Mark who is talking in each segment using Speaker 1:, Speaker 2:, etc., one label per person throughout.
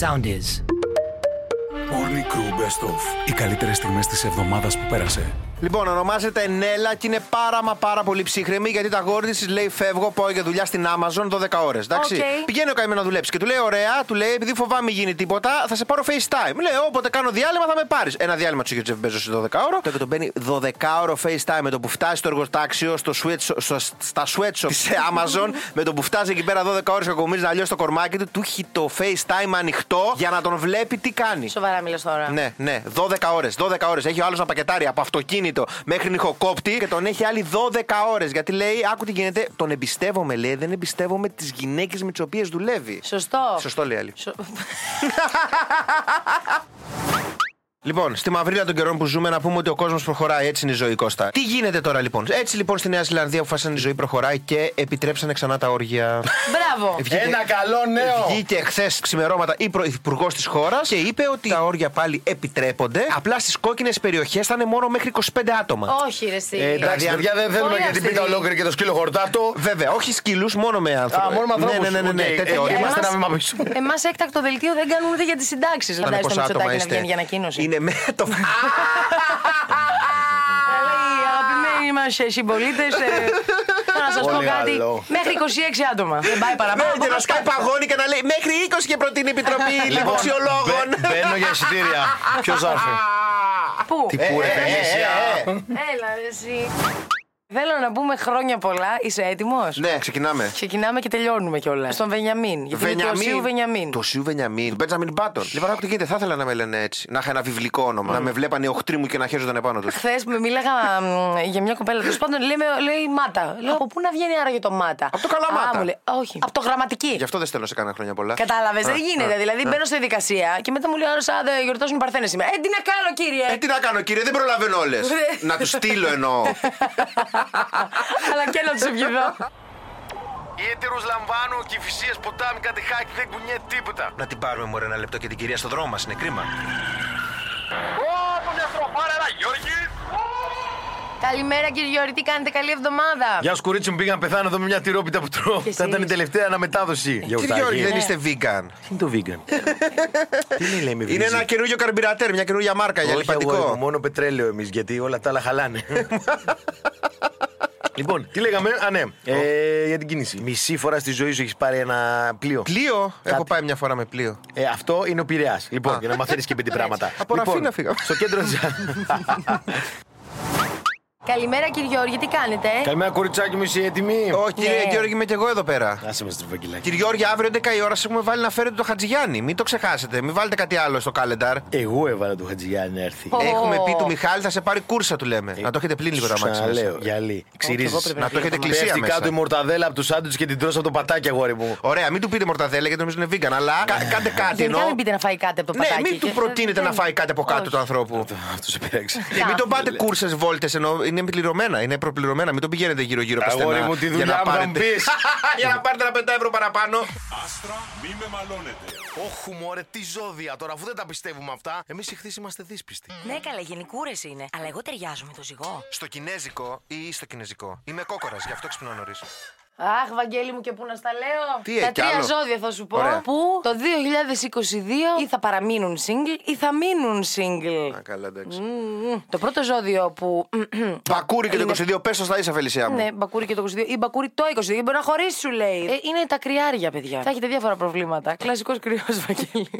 Speaker 1: sound is.
Speaker 2: Morning Crew Best Of. Οι καλύτερες στιγμές της εβδομάδας που πέρασε.
Speaker 3: Λοιπόν, ονομάζεται Νέλα και είναι πάρα μα πάρα πολύ ψυχραιμή γιατί τα γόρι της λέει: Φεύγω, πάω για δουλειά στην Amazon 12 ώρες. Εντάξει.
Speaker 4: Οκ.
Speaker 3: Πηγαίνει ο καημένο να δουλέψει και του λέει: Ωραία, του λέει: Επειδή φοβάμαι γίνει τίποτα, θα σε πάρω FaceTime. Λέει: Όποτε κάνω διάλειμμα θα με πάρεις. Ένα διάλειμμα του είχε ο Τζεφ Μπέζος 12 ώρο. Το και τον μπαίνει 12 ώρο FaceTime με το που φτάσει στο εργοτάξιο, στο sweat, στο, στα sweatshop της Amazon, με το που φτάσει εκεί πέρα 12 ώρε κακομίζει να λιώσει το κορμάκι του, του έχει το FaceTime ανοιχτό για να τον βλέπει τι κάνει.
Speaker 4: Σοβαρά μιλά τώρα.
Speaker 3: Ναι, ναι, 12 ώρε. 12 ώρες. Έχει ο άλλος να πακετάρει από αυτοκίνητο μέχρι νυχοκόπτη και τον έχει άλλοι 12 ώρες. Γιατί λέει, άκου τι γίνεται, τον εμπιστεύομαι, λέει, δεν εμπιστεύομαι τις γυναίκες με τις οποίες δουλεύει.
Speaker 4: Σωστό.
Speaker 3: Σωστό λέει άλλη.
Speaker 4: Σω-
Speaker 3: Λοιπόν, στη μαυρίλα των καιρών που ζούμε, να πούμε ότι ο κόσμος προχωράει. Έτσι είναι η ζωή, Κώστα. Τι γίνεται τώρα λοιπόν. Έτσι λοιπόν στη Νέα Ζηλανδία αποφάσισαν η ζωή προχωράει και επιτρέψανε ξανά τα όργια.
Speaker 4: Μπράβο.
Speaker 3: Βγήκε-
Speaker 5: Ένα καλό νέο.
Speaker 3: Βγήκε χθες ξημερώματα η πρωθυπουργό της χώρας και είπε ότι τα όρια πάλι επιτρέπονται. Απλά στις κόκκινες περιοχές θα είναι μόνο μέχρι 25 άτομα.
Speaker 4: Όχι, ρε, εσύ.
Speaker 5: Ε, Εντάξει,
Speaker 3: Δηλαδή,
Speaker 5: παιδιά, δεν θέλουμε
Speaker 4: ωραία
Speaker 5: για την
Speaker 4: αυτή.
Speaker 5: πίτα ολόκληρη και το σκύλο χορτάτο.
Speaker 3: Βέβαια, όχι σκύλους, μόνο με
Speaker 5: Α,
Speaker 3: άνθρωπου.
Speaker 5: μόνο με ανθρώπους.
Speaker 3: Ναι, ναι, ναι, ναι, ναι
Speaker 5: Οκ.
Speaker 3: τέτοια
Speaker 5: Ε,
Speaker 3: όρια.
Speaker 5: Είμαστε
Speaker 4: Εμάς-
Speaker 5: ένα βήμα πίσω.
Speaker 4: Εμάς έκτακτο δελτίο δεν κάνουν ούτε για τις συντάξεις.
Speaker 3: Ήταν
Speaker 4: Δηλαδή, στο
Speaker 3: πόσα άτομα
Speaker 4: Μητσοτάκι να
Speaker 3: είστε.
Speaker 4: βγαίνει για ανακοίνωση.
Speaker 3: Είναι με το. Α,
Speaker 4: Αλλά οι αγαπημένοι ε, μα συμπολίτε. Να σα ε, πω
Speaker 5: Πολύ
Speaker 4: κάτι.
Speaker 5: καλό.
Speaker 4: Μέχρι 26 άτομα. Δεν πάει παραπάνω.
Speaker 3: ναι, και να σκάει παγόνι και να λέει μέχρι 20 και προτείνει η Επιτροπή Λιμοξιολόγων.
Speaker 5: μπε- Μπαίνω για εισιτήρια. Ποιος άρθρο.
Speaker 4: Πού?
Speaker 5: Τι που ρε,
Speaker 3: ε,
Speaker 5: Φελίσια.
Speaker 3: ε,
Speaker 4: Έλα, ρε, εσύ. Θέλω να πούμε χρόνια πολλά. Είσαι έτοιμος.
Speaker 3: Ναι, ξεκινάμε.
Speaker 4: Ξεκινάμε και τελειώνουμε κιόλας. Στον Βενιαμίν. Γιατί είναι του Οσίου Βενιαμίν.
Speaker 3: Το Σιου Βενιαμίν. Του Μπέντζαμιν Μπάτον. Λοιπόν, άκου τι γίνεται, θα ήθελα να με λένε έτσι. Να είχα ένα βιβλικό όνομα. Να με βλέπανε οι οχτροί μου και να χαίρονταν επάνω τους.
Speaker 4: Χθες με μίλαγα μ, για μια κοπέλα. Τέλος πάντων, λέμε, λέει Μάτα. Λέω, από πού να βγαίνει άραγε το Μάτα.
Speaker 3: Από το καλά
Speaker 4: Α,
Speaker 3: Μάτα.
Speaker 4: μου λέει, όχι. Από το γραμματική.
Speaker 3: Γι' αυτό Ναι, δεν στέλνω σε κανένα χρόνια πολλά.
Speaker 4: Κατάλαβες,
Speaker 3: Α,
Speaker 4: δεν γίνεται.
Speaker 3: α,
Speaker 4: Δηλαδή,
Speaker 3: α.
Speaker 4: μπαίνω στη δικασία και μετά μου λέει ο άλλος, «Α, δεν γιορτάζουν οι παρθένες σήμερα. Ε, τι να κάνω, κύριε.
Speaker 3: Ε, τι να κάνω, κύριε, δεν προλαβαίνω όλες.
Speaker 4: Ρε.
Speaker 3: να τους στείλω εννοώ.
Speaker 4: Αλλά και να τους ευγενώ.
Speaker 5: Οι έτερους λαμβάνω και οι φυσίες ποτάμι κάτι χάκι δεν κουνιέται τίποτα.
Speaker 3: να την πάρουμε μωρέ ένα λεπτό και την κυρία στο δρόμο μας, είναι κρίμα.
Speaker 5: Ω, τον αστροφάρα, ένα Γιώργη.
Speaker 4: Καλημέρα, κύριε Γιώργη, τι κάνετε, καλή εβδομάδα.
Speaker 5: Γεια σου κουρίτσι μου, πήγα να πεθάνω εδώ με μια τυρόπιτα που τρώω.
Speaker 4: Και
Speaker 5: Θα ήταν
Speaker 4: εσύ.
Speaker 5: η τελευταία αναμετάδοση.
Speaker 3: Κύριε
Speaker 5: Γιαουρτάκι.
Speaker 3: Γιώργη, δεν
Speaker 4: Ναι.
Speaker 3: είστε vegan.
Speaker 5: Τι είναι το vegan. Τι είναι λέει με
Speaker 3: Είναι ένα καινούριο καρμπυρατέρ, μια καινούργια μάρκα για λιπαντικό.
Speaker 5: μόνο πετρέλαιο εμείς, γιατί όλα τα άλλα χαλάνε. λοιπόν, τι λέγαμε, α ναι, ε, για την κίνηση. Μισή φορά στη ζωή σου έχεις πάρει ένα πλοίο.
Speaker 3: Πλοίο, έχω
Speaker 5: Κάτι.
Speaker 3: πάει μια φορά με πλοίο.
Speaker 5: Ε, αυτό είναι ο Πειραιάς. Λοιπόν, για να μαθαίνεις και πέντε πράγματα.
Speaker 3: Ναι, Από
Speaker 5: λοιπόν,
Speaker 3: Ραφίνα φύγαμε.
Speaker 5: Στο κέντρο της.
Speaker 4: Καλημέρα, κύριε Γιώργη, τι κάνετε.
Speaker 5: Καλημέρα, κοριτσάκι μου, είσαι έτοιμη.
Speaker 3: Όχι, κύριε
Speaker 4: Ναι.
Speaker 3: Γιώργη, είμαι και εγώ εδώ πέρα.
Speaker 5: Άσε με στο φαγγελάκι.
Speaker 3: Κύριε Γιώργη, αύριο 11 η ώρα σας έχουμε βάλει να φέρετε το Χατζηγιάννη. Μην το ξεχάσετε, μην βάλετε κάτι άλλο στο κάλενταρ.
Speaker 5: Εγώ έβαλα τον Χατζηγιάννη να έρθει. Ε,
Speaker 4: Ω, Ε,
Speaker 3: Έχουμε πει του Μιχάλη θα σε πάρει κούρσα, του λέμε. Να το έχετε πλύνει λίγο τα
Speaker 5: Σου
Speaker 3: μάτια
Speaker 5: ξαναλέω, γυαλί.
Speaker 4: εγώ
Speaker 5: Ξυρίζει.
Speaker 4: πρέπει
Speaker 3: Να το έχετε
Speaker 5: Πέφτει
Speaker 3: κλεισία
Speaker 5: κάτω η
Speaker 3: μέσα.
Speaker 5: μορταδέλα από του άντρε και την τρώσα από το πατάκι, αγόρι μου.
Speaker 3: Ωραία, μην του πείτε μορταδέλα γιατί νομίζω είναι vegan, αλλά κα- κάντε κάτι.
Speaker 4: Γενικά
Speaker 3: εννοώ.
Speaker 4: μην πείτε να φάει κάτι από το
Speaker 3: Ναι,
Speaker 4: πατάκι.
Speaker 3: μην του
Speaker 4: και-
Speaker 3: προτείνετε να
Speaker 4: δεν-
Speaker 3: φάει κάτι από κάτω
Speaker 4: Όχι.
Speaker 3: του ανθρώπου.
Speaker 5: Αυτό σε πειράξει.
Speaker 3: Και Ε, μην τον πάτε
Speaker 5: Λε.
Speaker 3: κούρσες βόλτες ενώ είναι πληρωμένα, είναι προπληρωμένα. Μην τον πηγαίνετε γύρω-γύρω από
Speaker 5: Αγόρι μου, τη δουλειά μου θα μου πεις.
Speaker 3: Για να πάρετε ένα 5 ευρώ παραπάνω.
Speaker 2: Άστρα, μη με μαλώνετε.
Speaker 5: Όχι μου, ρε, τι ζώδια τώρα, αφού δεν τα πιστεύουμε αυτά. Εμείς εχθέ είμαστε δύσπιστοι.
Speaker 6: Ναι, καλά, γενικούρες είναι. Αλλά εγώ ταιριάζω με το ζυγό.
Speaker 3: Στο κινέζικο ή στο κινέζικο. Είμαι κόκορας, γι' αυτό ξυπνάω νωρίς.
Speaker 4: Αχ, Βαγγέλη μου, και πού να στα λέω.
Speaker 3: Τι,
Speaker 4: τα
Speaker 3: ε, κι
Speaker 4: τρία
Speaker 3: άλλο.
Speaker 4: ζώδια θα σου πω.
Speaker 3: Ωραία.
Speaker 4: Που το 2022 ή θα παραμείνουν single ή θα μείνουν single.
Speaker 3: Α, καλά,
Speaker 1: Ναι.
Speaker 3: εντάξει.
Speaker 4: Μμμ. Το πρώτο ζώδιο που.
Speaker 3: Μπακούρι
Speaker 1: Ναι.
Speaker 3: και το 22, πε το θα είσαι, Φελισιά μου.
Speaker 4: Ναι, μπακούρι και το 22 ή μπακούρι το 22. Μπορεί να χωρίσει, σου λέει. Ε, είναι τα κρυάρια, παιδιά. Θα έχετε διάφορα προβλήματα. Κλασικός κρυός, Βαγγέλη.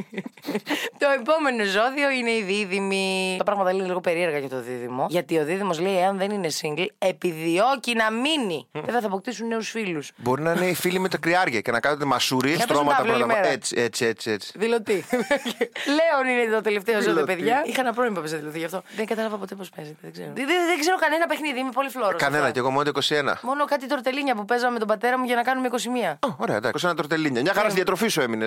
Speaker 4: το επόμενο ζώδιο είναι οι δίδυμοι. Τα πράγματα είναι λίγο περίεργα για το δίδυμο. Γιατί ο δίδυμος λέει, εάν δεν είναι single, επιδιώκει να μείνει. Δεν θα αποκτήσουν νέους φίλους.
Speaker 3: Μπορεί να είναι οι φίλοι με τα κρυάρια και να κάνετε μασούρι,
Speaker 4: να
Speaker 3: στρώματα
Speaker 4: παίζουν τάβλο όλη
Speaker 3: πράγματα.
Speaker 4: μέρα.
Speaker 3: Έτσι, έτσι, έτσι. έτσι.
Speaker 4: Δηλωτή. Λέων είναι το τελευταίο ζώδιο,
Speaker 3: Δηλωτή.
Speaker 4: παιδιά. Είχα ένα πρώην που έπαιζε δηλωτή γι' αυτό. Δεν κατάλαβα ποτέ πώς παίζεται. Δεν ξέρω. Δεν, δεν- δεν ξέρω κανένα παιχνίδι, είμαι πολύ φλόρος.
Speaker 3: Κανένα, κι εγώ μόνο το 21.
Speaker 4: Μόνο κάτι τορτελίνια που παίζαμε με τον πατέρα μου για να κάνουμε 21.
Speaker 3: Ω, Ωραία, εντάξει, 21 τορτελίνια. Μια
Speaker 1: Ναι.
Speaker 3: χαρά στη διατροφή σου έμεινες.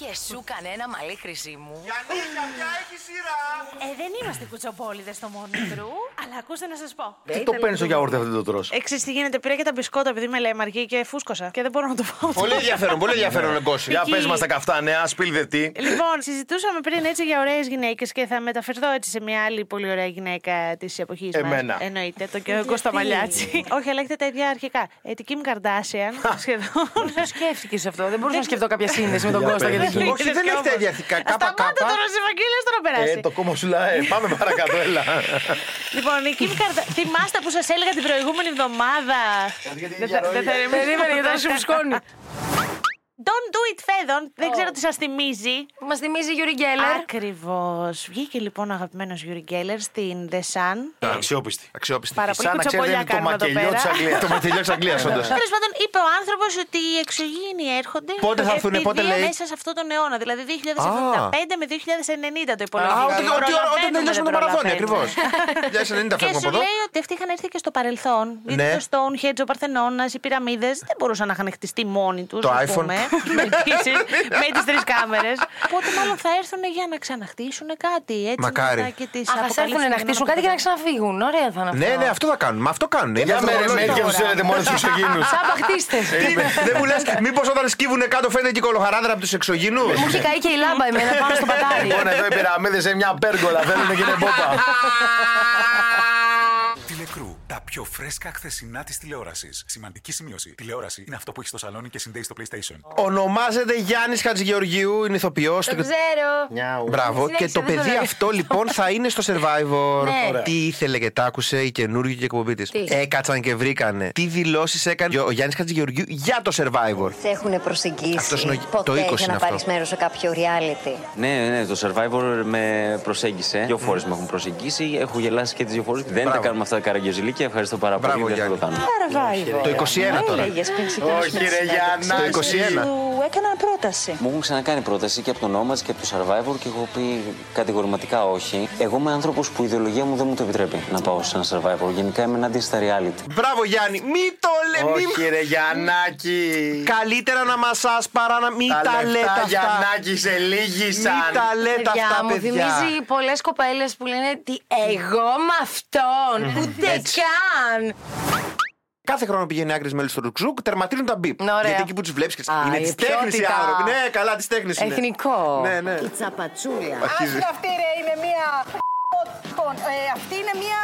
Speaker 6: Και σου κανένα μαλλί χρυσή μου.
Speaker 3: Γιάννη, για ποια έχει σειρά!
Speaker 7: Ε, δεν είμαστε κουτσομπόλιδες στο Morning Crew.
Speaker 1: Αλλά ακούστε να σας πω.
Speaker 5: Ε, Τι το παίρνει το γιαούρτι αυτό το τρως.
Speaker 1: Εξή, τι γίνεται. Πήρα και τα μπισκότα επειδή είμαι λαϊμαργή και φούσκωσα. Και δεν μπορώ να το φάω.
Speaker 3: Πολύ ενδιαφέρον, πολύ ενδιαφέρον εγκόσι.
Speaker 5: Ε, Για
Speaker 1: Εκεί.
Speaker 5: πες μας τα καυτά ναι, νέα, σπίλδε τι.
Speaker 1: Λοιπόν, συζητούσαμε πριν έτσι για ωραίες γυναίκες και θα μεταφερθώ έτσι σε μια άλλη πολύ ωραία γυναίκα της εποχής μας.
Speaker 5: Εμένα.
Speaker 1: Εννοείται, τον κύριο Κώστα Μαλιάτση. Όχι, αλλά έχετε τα ίδια αρχικά. Ε, την Kim Kardashian σχεδόν.
Speaker 4: Το σκέφτηκες αυτό. Δεν μπορούσα να σκεφτώ κάποια σύνδεση με τον Κώστα και την
Speaker 5: πες.
Speaker 4: Κίνα.
Speaker 3: Όχι, δεν έχετε τα ίδια αρχικά. Κάπα,
Speaker 1: Σταμάτα
Speaker 3: κάπα.
Speaker 1: τώρα, Ευαγγέλιο, τώρα περάσει.
Speaker 5: Ε, το κόμμα σου λαέ. Πάμε παρακάτω, έλα.
Speaker 1: Λοιπόν, η Kim Kardashian. Θυμάστε που σας έλεγα την προηγούμενη εβδομάδα. Δεν θα- Δεν θα
Speaker 4: Περίμενε γιατί θα σου σκόνη.
Speaker 1: Don't do it, Φέδον. Δεν ξέρω
Speaker 3: Oh.
Speaker 1: τι σας θυμίζει.
Speaker 4: Μας θυμίζει Γιούρι Γκέλλερ.
Speaker 1: Ακριβώς. Βγήκε λοιπόν ο αγαπημένος Γιούρι Γκέλλερ στην The Sun.
Speaker 3: Ναι.
Speaker 5: Αξιόπιστη.
Speaker 3: Αξιόπιστη.
Speaker 1: Πάρα πολύ
Speaker 5: Σαν να ξέρετε
Speaker 1: κουτσοπολιά
Speaker 5: είναι το
Speaker 1: κάνουμε εδώ
Speaker 5: μακελιό
Speaker 1: πέρα.
Speaker 5: της Αγγλίας.
Speaker 3: Το ματιλιό της Αγγλίας, όντω.
Speaker 1: Τέλος πάντων, είπε ο άνθρωπος ότι οι εξωγήινοι έρχονται.
Speaker 3: Πότε θα έρθουνε,
Speaker 1: επειδή
Speaker 3: πότε λέει?
Speaker 1: Μέσα σε αυτόν τον αιώνα, δηλαδή 2075 με 2090 το υπολογίζει.
Speaker 3: Α,
Speaker 1: Δεν
Speaker 3: ότι- ότι- όταν
Speaker 1: προλαβαίνουμε,
Speaker 3: τελειώσουμε το
Speaker 1: δεν
Speaker 3: μαραθώνιο, ακριβώ.
Speaker 1: προλαβαίνουμε.
Speaker 3: 1090
Speaker 1: Και
Speaker 3: φεύγουμε από
Speaker 1: σου
Speaker 3: εδώ.
Speaker 1: λέει ότι αυτοί είχαν έρθει και στο παρελθόν. Γιατί
Speaker 5: Ναι.
Speaker 1: το Stonehenge, ο Παρθενώνα, οι πυραμίδες δεν μπορούσαν να είχαν χτιστεί μόνοι τους.
Speaker 5: Το iPhone.
Speaker 1: Πούμε, με τις τρεις κάμερες. Οπότε μάλλον θα έρθουν για να ξαναχτίσουν κάτι. Έτσι,
Speaker 3: Μακάρι.
Speaker 1: μετά και τις
Speaker 4: Α, θα σε έρθουν να
Speaker 1: αποκαλύψεις
Speaker 4: χτίσουν
Speaker 1: γίνονται
Speaker 4: κάτι και να
Speaker 1: από
Speaker 4: ξαναφύγουν. Ωραία θα είναι αυτό.
Speaker 3: Ναι, ναι, αυτό θα κάνουμε. Αυτό κάνουν. Είναι
Speaker 5: Για
Speaker 3: αυτό το
Speaker 5: μέρες
Speaker 3: ρολόι.
Speaker 5: μέχρι και τους θέλετε μόνο στους εξωγήινους.
Speaker 4: Σαν παχτίστες.
Speaker 3: Τι, ε, Δεν μου λες, μήπως όταν σκύβουνε κάτω φαίνεται και η κολοχαράδρα από τους εξωγήνους.
Speaker 4: Μου είχε καεί και η λάμπα εμένα πάνω
Speaker 3: Ε,
Speaker 4: στο πατάρι.
Speaker 5: Λοιπόν, εδώ οι πυραμίδες είναι μια πέργολα, θέλουν και την πόπα.
Speaker 2: Τηλεκρού. Τα πιο φρέσκα χθεσινά της τηλεόρασης. Σημαντική σημείωση. Τηλεόραση είναι αυτό που έχεις στο σαλόνι και συνδέει στο PlayStation.
Speaker 3: Ονομάζεται Γιάννης Χατζηγεωργιού, είναι ηθοποιός.
Speaker 4: Το ξέρω.
Speaker 3: Μπράβο.
Speaker 4: Συνέχισε,
Speaker 3: Και το
Speaker 4: δεν το
Speaker 3: παιδί
Speaker 4: λέω.
Speaker 3: αυτό λοιπόν θα είναι στο survivor.
Speaker 4: Ναι.
Speaker 5: Ωραία.
Speaker 3: Τι ήθελε και τα άκουσε η καινούργια και εκπομπή της.
Speaker 4: Τι?
Speaker 3: Έκατσαν και βρήκανε. Τι δηλώσεις έκανε ο Γιάννης Χατζηγεωργιού για το survivor.
Speaker 7: Σε έχουν προσεγγίσει
Speaker 3: Αυτός είναι ο-
Speaker 7: ποτέ
Speaker 3: το 20
Speaker 7: για
Speaker 3: είναι
Speaker 7: να
Speaker 3: αυτό.
Speaker 7: πάρεις μέρος σε κάποιο reality.
Speaker 8: Ναι, ναι, το Survivor με προσέγγισε. Δύο φορές με έχουν προσεγγίσει. Έχω γελάσει και τις δύο φορές. Δεν τα
Speaker 3: Μπράβο.
Speaker 8: κάνουμε αυτά τα καραγκιοζηλίκια. Ευχαριστώ πάρα
Speaker 3: Μπράβο,
Speaker 8: πολύ. Δεν θα το
Speaker 3: Γιάννη.
Speaker 8: κάνω.
Speaker 3: Το 21 τώρα.
Speaker 5: Όχι, ρε Γιάννα.
Speaker 3: Το 21.
Speaker 9: Του έκαναν πρόταση.
Speaker 8: Μου έχουν ξανακάνει πρόταση και από τον Νόμα και από το Survivor και έχω πει κατηγορηματικά όχι. Εγώ είμαι άνθρωπος που η ιδεολογία μου δεν μου το επιτρέπει να πάω σε ένα Survivor. Γενικά είμαι ενάντια στα reality.
Speaker 3: Μπράβο Γιάννη, Ε, μη το λέμε.
Speaker 5: Όχι, ρε Γιαννάκη.
Speaker 3: Καλύτερα να μα παρά να μην τα,
Speaker 5: Τα
Speaker 3: λέτε
Speaker 5: λεφτά
Speaker 3: αυτά.
Speaker 5: Γιαννάκη σε
Speaker 3: Μην
Speaker 5: λύγησαν.
Speaker 3: τα λέτε
Speaker 4: Παιδιά,
Speaker 3: αυτά,
Speaker 4: μου
Speaker 3: παιδιά.
Speaker 4: θυμίζει πολλές κοπέλες που λένε Τι εγώ με αυτόν. Ούτε καν.
Speaker 3: Ναι. Κάθε χρόνο πηγαίνει άκρης μέλη στο Λουξούκ, τερματίζουν τα μπιπ.
Speaker 4: Ναι, ωραία.
Speaker 3: Γιατί εκεί που τους βλέπεις και
Speaker 4: Α,
Speaker 3: είναι
Speaker 4: η
Speaker 3: της τέχνης οι
Speaker 4: ποιότητα.
Speaker 3: άνθρωποι. Ναι, καλά, της τέχνης.
Speaker 4: Εθνικό.
Speaker 3: Ναι, ναι.
Speaker 7: Η τσαπατσούλα.
Speaker 3: Αρχίζει.
Speaker 9: Αυτή ρε είναι μία. Λοιπόν, ε, αυτή είναι μία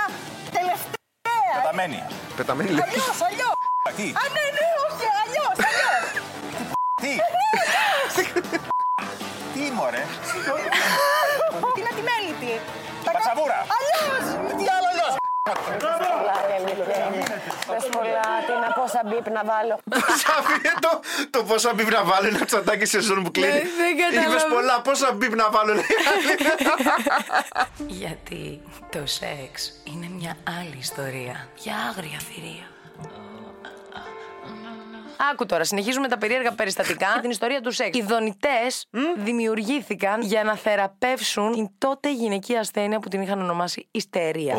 Speaker 9: τελευταία.
Speaker 2: Πεταμένη.
Speaker 3: Πεταμένη λέξη.
Speaker 9: Αλλιώς, αλλιώς.
Speaker 2: Τι.
Speaker 9: Α, ναι, ναι, όχι, αλλιώς, αλλιώς.
Speaker 2: Τι. Τι μωρέ.
Speaker 9: Την ατιμέλητη.
Speaker 2: Πατσαβούρα.
Speaker 9: Αλλιώ. Τι άλλο, αλλιώ.
Speaker 3: Ξαφνικά το, το πόσα μπιπ να βάλω ένα τσαντάκι σε ζώνη που κλείνει.
Speaker 4: Ναι, δεν κατάλαβα.
Speaker 3: Είπες πολλά, πόσα μπιπ να βάλω. λέει.
Speaker 6: Γιατί το σεξ είναι μια άλλη ιστορία. Για άγρια θηρία.
Speaker 4: Άκου τώρα, συνεχίζουμε τα περίεργα περιστατικά και την ιστορία του σεξ. Οι δονητές δημιουργήθηκαν για να θεραπεύσουν την τότε γυναική ασθένεια που την είχαν ονομάσει ιστερία.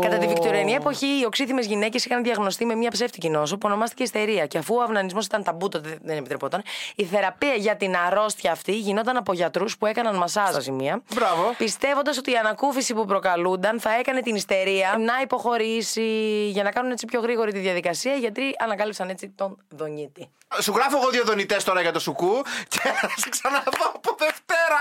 Speaker 4: Κατά τη Βικτωριανή εποχή, οι οξύθυμε γυναίκες είχαν διαγνωστεί με μια ψεύτικη νόσο που ονομάστηκε ιστερία. Και αφού ο αυνανισμός ήταν ταμπού, τότε δεν επιτρεπόταν, η θεραπεία για την αρρώστια αυτή γινόταν από γιατρούς που έκαναν μασάζ στα σημεία.
Speaker 3: Μπράβο.
Speaker 4: Πιστεύοντας ότι η ανακούφιση που προκαλούνταν θα έκανε την ιστερία να υποχωρήσει. Για να κάνουν έτσι πιο γρήγορη τη διαδικασία, οι γιατροί ανακάλυψαν έτσι τον δονίτη.
Speaker 3: Σου γράφω εγώ δύο δονητές τώρα για το σουκού και θα σε ξαναπάω από Δευτέρα.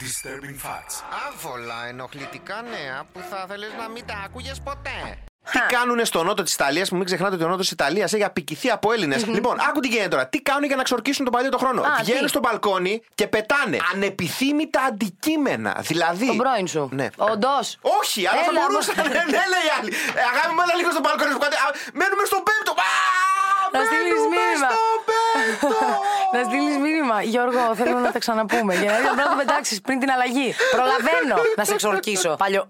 Speaker 2: Disturbing facts.
Speaker 3: Άβολα ενοχλητικά νέα που θα θέλεις να μην τα άκουγε ποτέ. Τι κάνουν στο νότο της Ιταλίας, που μην ξεχνάτε ότι ο νότος της Ιταλίας έχει απικηθεί από Έλληνες. Λοιπόν, άκου τι γίνεται τώρα. Τι κάνουν για να ξορκίσουν τον παλιό το χρόνο.
Speaker 4: Α,
Speaker 3: Βγαίνουν
Speaker 4: τι?
Speaker 3: στο μπαλκόνι και πετάνε ανεπιθύμητα αντικείμενα. Δηλαδή.
Speaker 4: Τον πρώην σου.
Speaker 3: Ναι.
Speaker 4: Όντως.
Speaker 3: Όχι, αλλά θα
Speaker 4: Έλα,
Speaker 3: μπορούσαν.
Speaker 4: μα-
Speaker 3: ναι, ναι, λέει η άλλη. Ε, αγάπη μου, έλα λίγο στο μπαλκόνι σου κάτι. Α, Μένουμε στον πέμπτο. Α,
Speaker 4: Να στείλεις
Speaker 3: μένουμε
Speaker 4: μήνυμα.
Speaker 3: στον πέμπτο.
Speaker 4: Να στείλεις μήνυμα. Γιώργο, θέλω να τα ξαναπούμε. Για να πρέπει να το πετάξεις πριν την αλλαγή. Προλαβαίνω να σε εξορκίσω. Παλιό.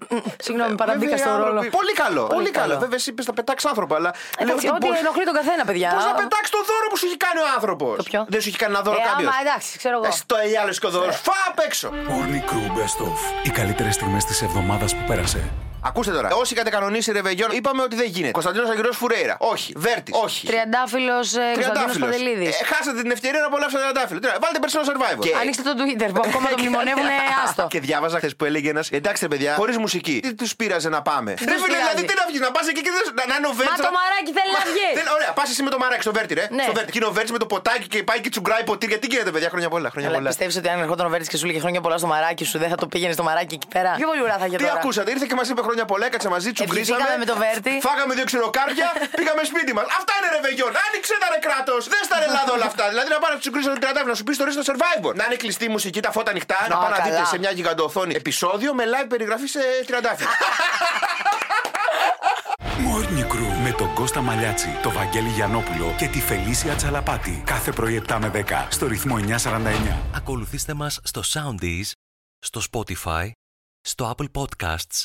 Speaker 4: Συγγνώμη, παραμπήκα
Speaker 3: Βέβαια,
Speaker 4: στο ρόλο.
Speaker 3: άνθρωποι. Πολύ καλό, πολύ καλό.
Speaker 4: καλό.
Speaker 3: Βέβαια, εσύ είπες θα πετάξεις άνθρωπο, αλλά. λέω
Speaker 4: Ε, Εντάξει,
Speaker 3: ότι
Speaker 4: ό,τι
Speaker 3: μπορεί-
Speaker 4: ενοχλεί τον καθένα, παιδιά.
Speaker 3: Πώ Ε, λοιπόν, να πετάξεις το δώρο που σου έχει κάνει ο άνθρωπος.
Speaker 4: Το ποιο?
Speaker 3: Δεν σου έχει κάνει ένα δώρο
Speaker 4: Ε,
Speaker 3: κάποιος.
Speaker 4: άμα, εντάξει, ξέρω εγώ. Ε.
Speaker 3: το ελιάλο και ο δώρος. Φά απ' έξω.
Speaker 2: Morning Crew Best Of. Οι καλύτερες στιγμές της εβδομάδας που πέρασε.
Speaker 3: Ακούστε τώρα. Όσοι είχατε κανονίσει ρεβεγιόν, είπαμε ότι δεν γίνεται. Κωνσταντίνος Αγκυρό Φουρέιρα. Όχι. Βέρτης. Όχι.
Speaker 4: Τριαντάφυλλος Κωνσταντίνος
Speaker 3: Τριαντάφυλλος.
Speaker 4: Παντελίδης.
Speaker 3: Ε, χάσατε την ευκαιρία να απολαύσετε τριαντάφυλλο. Τώρα, Βάλτε personal survivor. Και- Ε,
Speaker 4: Ανοίξτε το Twitter που ακόμα το μνημονεύουν άστο.
Speaker 3: Και διάβαζα χθες που έλεγε ένας. Εντάξει, ρε παιδιά, χωρίς μουσική. Τι τους πείραζε να πάμε. Ρε
Speaker 4: τους
Speaker 3: φίλε,
Speaker 4: πειράζει.
Speaker 3: δηλαδή τι να βγεις, να πας εκεί και δεν- να- να είναι ο Βέρτης.
Speaker 4: Μα το μαράκι θέλει να βγει.
Speaker 3: Ωραία, πας εσύ με το μαράκι στο Βέρτη, ρε.
Speaker 4: Ναι.
Speaker 3: Στο Βέρτη. Και είναι ο Βέρτης με το ποτάκι και πάει και τσουγκράει ποτήρια. Τι γίνεται, παιδιά, χρόνια πολλά. Χρόνια
Speaker 4: Αλλά
Speaker 3: πολλά.
Speaker 4: πιστεύεις ότι αν ερχόταν ο Βέρτης και σου λέγε χρόνια πολλά στο μαράκι σου, δεν θα το πήγαινες στο μαράκι εκεί πέρα. Πιο πολύ ουρά θα είχε
Speaker 3: Τι
Speaker 4: τώρα.
Speaker 3: ακούσατε, ήρθε και μας είπε χρόνια πολλά, έκατσε μαζί, τσουγκρίσαμε.
Speaker 4: Ευχηθήκαμε με το Βέρτη.
Speaker 3: Φάγαμε δύο ξηροκάρια, πήγαμε σπίτι μας. Αυτά είναι ρε βεγιόν. Άνοιξε τα ρε κράτος. Δεν στα ρε Ελλάδα όλα αυτά. Δηλαδή να πάρει να τσουγκρίσω την τρατάβλα, να σου πει το στο survivor. Να είναι κλειστή η μουσική, τα φώτα ανοιχτά, να
Speaker 4: Α,
Speaker 3: πάνε να
Speaker 4: καλά.
Speaker 3: δείτε σε μια γιγαντοθόνη επεισόδιο με live περιγραφή σε τριαντάφυλλα.
Speaker 2: Morning Crew με τον Κώστα Μαλιάτση, τον Βαγγέλη Γιανόπουλο και τη Φελίσια Τσαλαπάτη. Κάθε πρωί 7 με 10 στο ρυθμό 949.
Speaker 10: Ακολουθήστε μας στο Soundees, στο Spotify, στο Apple Podcasts